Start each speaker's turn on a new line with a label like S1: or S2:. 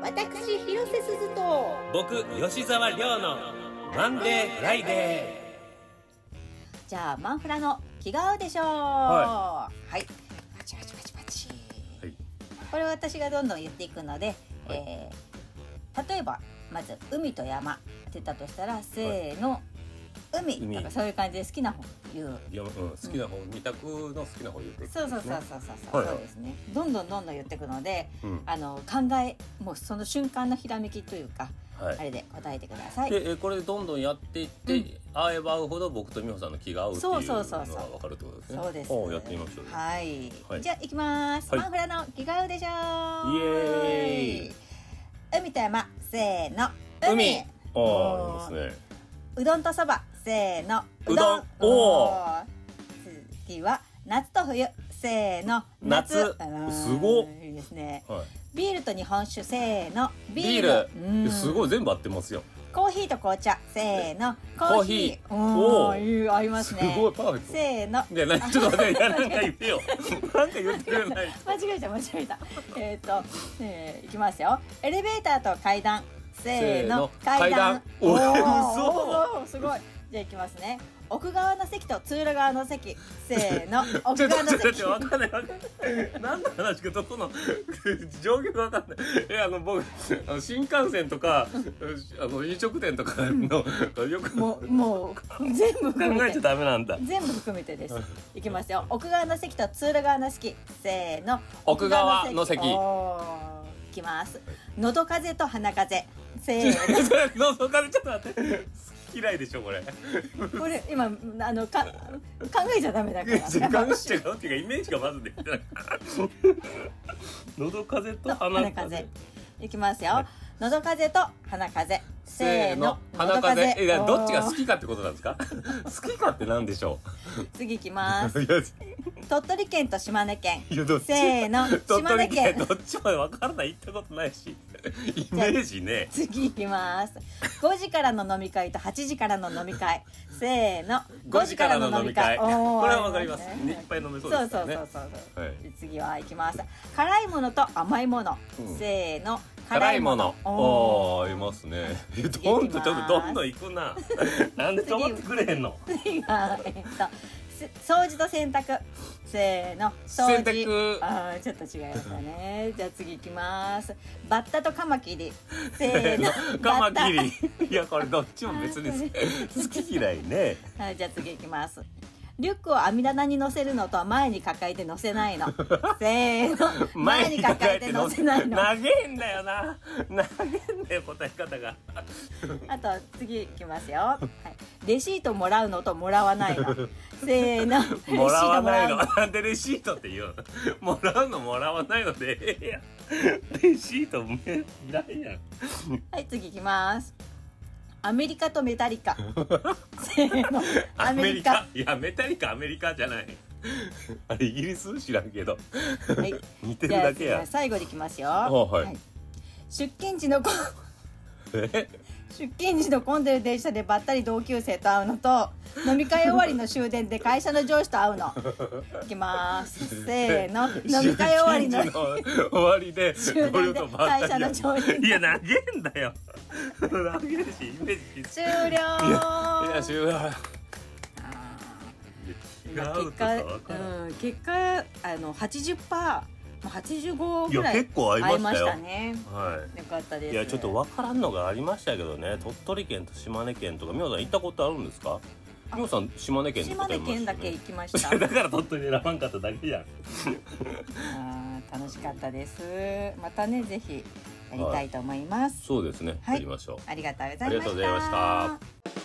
S1: 私広瀬すずと
S2: 僕吉沢亮のマンデーフライデ
S1: じゃあマンフラの気が合うでしょう
S2: は
S1: はい、パチパチパチパチ、
S2: はい
S1: これ私がどんどん言っていくので、
S2: はい
S1: えー例えばまず海と山って言ったとしたらせーの、海
S2: 海
S1: なんかそういう感じで好きな方言う
S2: ーいや、うん、好きな方、二択の好きな方言っていく
S1: そうそうそうそうそうそう、
S2: はいはい
S1: そうですねどんどんどんどん言っていくので
S2: うん
S1: あの考えもうその瞬間のひらめきというか、
S2: は
S1: あ
S2: い
S1: れで答えてください
S2: でえこれでどんどんやっていって、
S1: うん
S2: 会えば会うほど僕と美穂さんの気が合うっていう
S1: そうそうそうそう
S2: のが分かるってことですね
S1: そうです。
S2: おやってみましょうよ
S1: はい。
S2: はい
S1: じゃあ行きます。
S2: はい
S1: マンフラの気が合うでしょ
S2: イエーイ
S1: 海と山、せーの。
S2: 海ああいいですね
S1: うどんとそば、せーの。
S2: うどんおー
S1: ー次は夏と冬、せーの。
S2: 夏
S1: あのー
S2: すごっ
S1: いいですね。
S2: はい
S1: ビールと日本酒、せーの。ビ
S2: ビールいやす
S1: い。
S2: ごい全部合ってますよ
S1: コーヒーと紅茶、せーの。
S2: コーヒー
S1: お
S2: おー
S1: ーいい合いますす
S2: ご
S1: ね。
S2: いパーフェクト
S1: せーの。
S2: じゃなちょっと待ってやなんか言ってよなんか言ってくれない
S1: 間違えた間違えたえっ、と、えー、いきますよエレベーターと階段せーの
S2: せーの階段おー
S1: おーすごいじゃあいきますね奥側の席と通路側の席せーの
S2: ち
S1: 奥
S2: ょっと
S1: 側の
S2: 待って
S1: 席
S2: 分かんない分かんない何の話かどこの状況が分かんないえあの僕あの新幹線とかあの飲食店とかのよく
S1: も
S2: 考
S1: うもう全部含
S2: え
S1: め
S2: ち
S1: て
S2: ゃダメなんだ
S1: 全部含めてですいきますよ奥側の席と通路側の席せーの
S2: 奥側の席
S1: 奥側の席おーいきます喉風邪と鼻風邪せ ーの
S2: 覗かれちょっと待って嫌いでしょこれ
S1: これ今あのか考えちゃダメだから
S2: 時間が違うっていうかイメージがまずできてない喉風邪と鼻
S1: 鼻
S2: 風
S1: 風
S2: 邪
S1: いきますよ喉風邪と鼻風邪せーの
S2: 鼻風邪えだからどっちが好
S1: おー
S2: きかってことなんですか好きかってなんでしょ
S1: 次いき
S2: う
S1: ます
S2: いや
S1: 鳥取県と島根県
S2: いやどっち
S1: せーの
S2: 鳥
S1: 島根
S2: 取県
S1: 県
S2: どっちも分からない行ったことないしイメージね
S1: 次いきます5時からの飲み会と8時からの飲み会せーの
S2: 5時からの飲み会
S1: おー
S2: これは分かります
S1: あ
S2: いっ
S1: ね
S2: ぱい飲めそ
S1: そうう
S2: で
S1: そ
S2: す
S1: う
S2: か
S1: そ
S2: ら
S1: う
S2: ね
S1: そう
S2: はい
S1: 次はいきます辛いものと甘いもの、
S2: うん
S1: せーの
S2: 辛いもの
S1: おー
S2: おーいますねどんどんちょっとどんどん行くななんで止まってくれへんの
S1: 次がえっとす掃除と洗濯せーの掃除
S2: 洗濯
S1: あーちょっと違いました ねじゃあ次いきますバッタとカマキリせ
S2: せ
S1: ーの
S2: ーのカマキ
S1: バッ
S2: リいやこれどっちも別に好き嫌いね
S1: タ はいじゃあ次いきますリュックを網棚に乗せるのと前に抱えて乗せない のせーの前に抱えて乗せないのあ
S2: 投げんだよな投げんだよ答え方が
S1: と次いきますよ、はい、レシートもらうのともらわないのせーの
S2: もらわない
S1: レシート
S2: の
S1: もらう
S2: なんでレシートって言うのもらうのもらわないのでええやんレシートめいらんやん
S1: はい次いきますアメリカとメタリカ せーのアメリカ
S2: いやメタリカアメリカじゃないあれイギリス知らんけど
S1: はい
S2: 似てる
S1: じゃあ
S2: だけや
S1: 最後にいきますよ、
S2: はい
S1: 出勤時のこ
S2: え
S1: 出勤時の混んでる電車でばったり同級生と会うのと飲み会終わりの終電で会社の上司と会うのいきますせーの飲み会終わりの
S2: 出勤時の終わりで
S1: 終電で
S2: 同僚とばったり
S1: 会
S2: や
S1: 社の上司
S2: いや投げんだよ投げるしイメージ
S1: 終了
S2: いや終了違
S1: まあ
S2: う
S1: 結
S2: とか
S1: 果、
S2: わからん
S1: うん、結果あの80%まあ85
S2: い
S1: ぐら
S2: や
S1: い
S2: 結構合いま
S1: 会い
S2: し
S1: ま
S2: た
S1: し
S2: よ
S1: たね
S2: はい
S1: よかったです
S2: いやちょっと分からんのがありましたけどね鳥取県と島根県とか美穂さん行ったことあるんですか
S1: あ
S2: 美穂さん島根県って
S1: 島
S2: 答え
S1: 根
S2: ましたよ
S1: 県
S2: ね。
S1: だけ行きました
S2: だから鳥取選ばんかっただけじゃん
S1: あー楽しかったです。またねぜひやりたいと思います。
S2: そうですね、
S1: はい
S2: やりましょう
S1: ありがとうございました。。
S2: ありがとうございました